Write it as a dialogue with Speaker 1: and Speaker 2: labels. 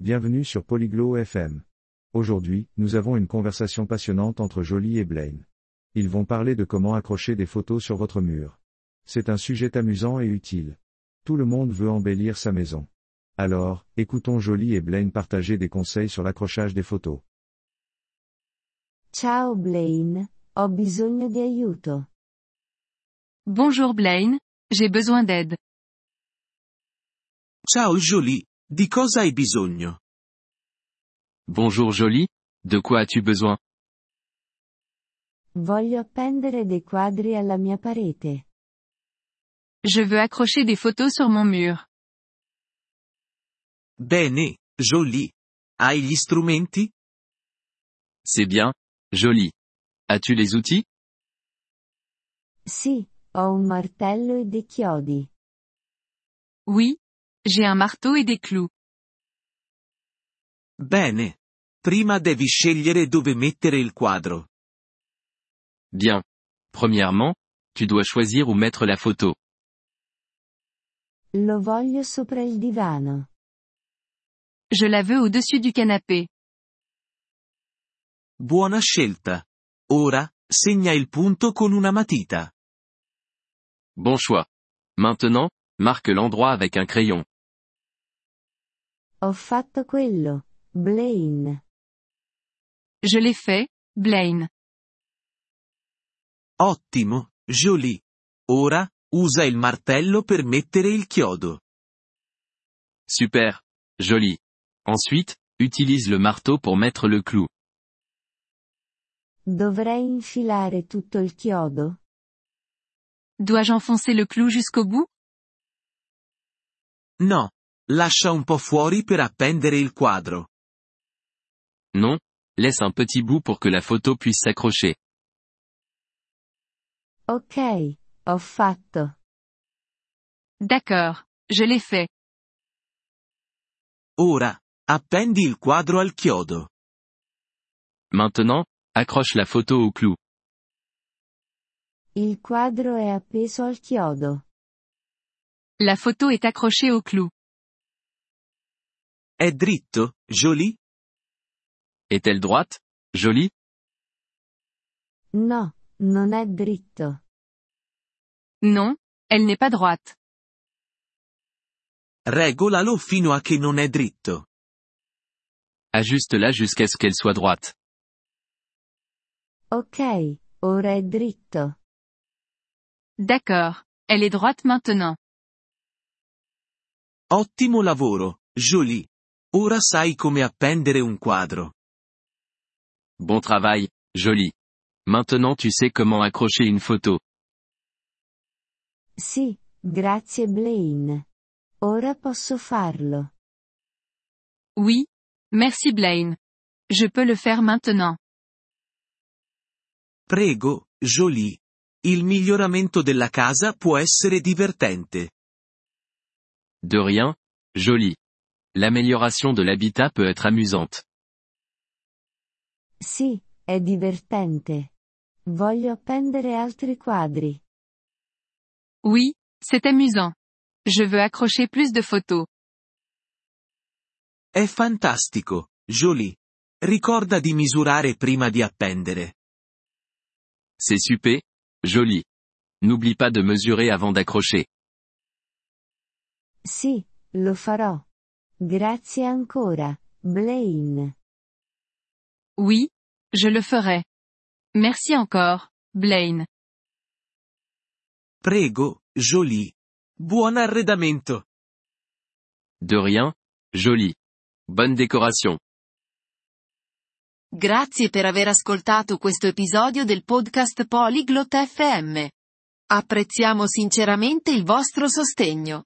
Speaker 1: Bienvenue sur Polyglot FM. Aujourd'hui, nous avons une conversation passionnante entre Jolie et Blaine. Ils vont parler de comment accrocher des photos sur votre mur. C'est un sujet amusant et utile. Tout le monde veut embellir sa maison. Alors, écoutons Jolie et Blaine partager des conseils sur l'accrochage des photos.
Speaker 2: Ciao Blaine, ho bisogno di aiuto.
Speaker 3: Bonjour Blaine, j'ai besoin d'aide.
Speaker 4: Ciao Jolie, di cosa hai bisogno?
Speaker 5: Bonjour Jolie, de quoi as-tu besoin
Speaker 2: Voglio appendere dei quadri alla mia parete.
Speaker 3: Je veux accrocher des photos sur mon mur.
Speaker 4: Bene, Jolie. Hai gli strumenti?
Speaker 5: C'est bien, Jolie. As-tu les outils
Speaker 2: Sì, ho un martello e dei chiodi.
Speaker 3: Oui, j'ai un marteau et des clous.
Speaker 4: Bene. Prima devi scegliere dove mettere il quadro.
Speaker 5: Bien. Premièrement, tu dois choisir où mettre la photo.
Speaker 2: Lo voglio sopra il divano.
Speaker 3: Je la veux au-dessus du canapé.
Speaker 4: Buona scelta. Ora, segna il punto con una matita.
Speaker 5: Bon choix. Maintenant, marque l'endroit avec un crayon.
Speaker 2: Ho fatto quello, Blaine.
Speaker 3: Je l'ai fait, Blaine.
Speaker 4: Ottimo, Jolie. Ora, usa il martello per mettere il chiodo.
Speaker 5: Super. Jolie. Ensuite, utilise le marteau pour mettre le clou.
Speaker 2: Dovrei infilare tutto il chiodo?
Speaker 3: Dois-je enfoncer le clou jusqu'au bout
Speaker 4: No. Lascia un po' fuori per appendere il quadro.
Speaker 5: Non, laisse un petit bout pour que la photo puisse s'accrocher.
Speaker 2: Ok, ho fatto.
Speaker 3: D'accord. Je l'ai fait.
Speaker 4: Ora, appendi il quadro al chiodo.
Speaker 5: Maintenant, accroche la photo au clou.
Speaker 2: Il quadro è appeso al chiodo.
Speaker 3: La photo est accrochée au clou.
Speaker 4: È dritto, Jolie?
Speaker 5: Est-elle droite Jolie
Speaker 2: No, non è dritto.
Speaker 3: Non, elle n'est pas droite.
Speaker 4: Regolalo fino a che non è dritto.
Speaker 5: Ajuste-la jusqu'à ce qu'elle soit droite.
Speaker 2: Ok, ora è dritto.
Speaker 3: D'accord. Elle est droite maintenant.
Speaker 4: Ottimo lavoro, Jolie. Ora sai come appendere un quadro.
Speaker 5: Bon travail, Jolie. Maintenant tu sais comment accrocher une photo.
Speaker 2: Sì, grazie Blaine. Ora posso farlo.
Speaker 3: Oui. Merci Blaine. Je peux le faire maintenant.
Speaker 4: Prego, Jolie. Il miglioramento della casa può essere divertente.
Speaker 5: De rien, Jolie. L'amélioration de l'habitat peut être amusante.
Speaker 2: Sì, è divertente. Voglio appendere altri quadri.
Speaker 3: Oui, c'est amusant. Je veux accrocher plus de photos.
Speaker 4: È fantastico, Jolie. Ricorda di misurare prima di appendere.
Speaker 5: C'est super, Jolie. N'oublie pas de mesurer avant d'accrocher.
Speaker 2: Sì, lo farò. Grazie ancora, Blaine.
Speaker 3: Oui, je le ferai. Merci encore, Blaine.
Speaker 4: Prego, Jolie. Buon arredamento.
Speaker 5: De rien, Jolie. Bonne décoration.
Speaker 6: Grazie per aver ascoltato questo episodio del podcast Polyglot FM. Apprezziamo sinceramente il vostro sostegno.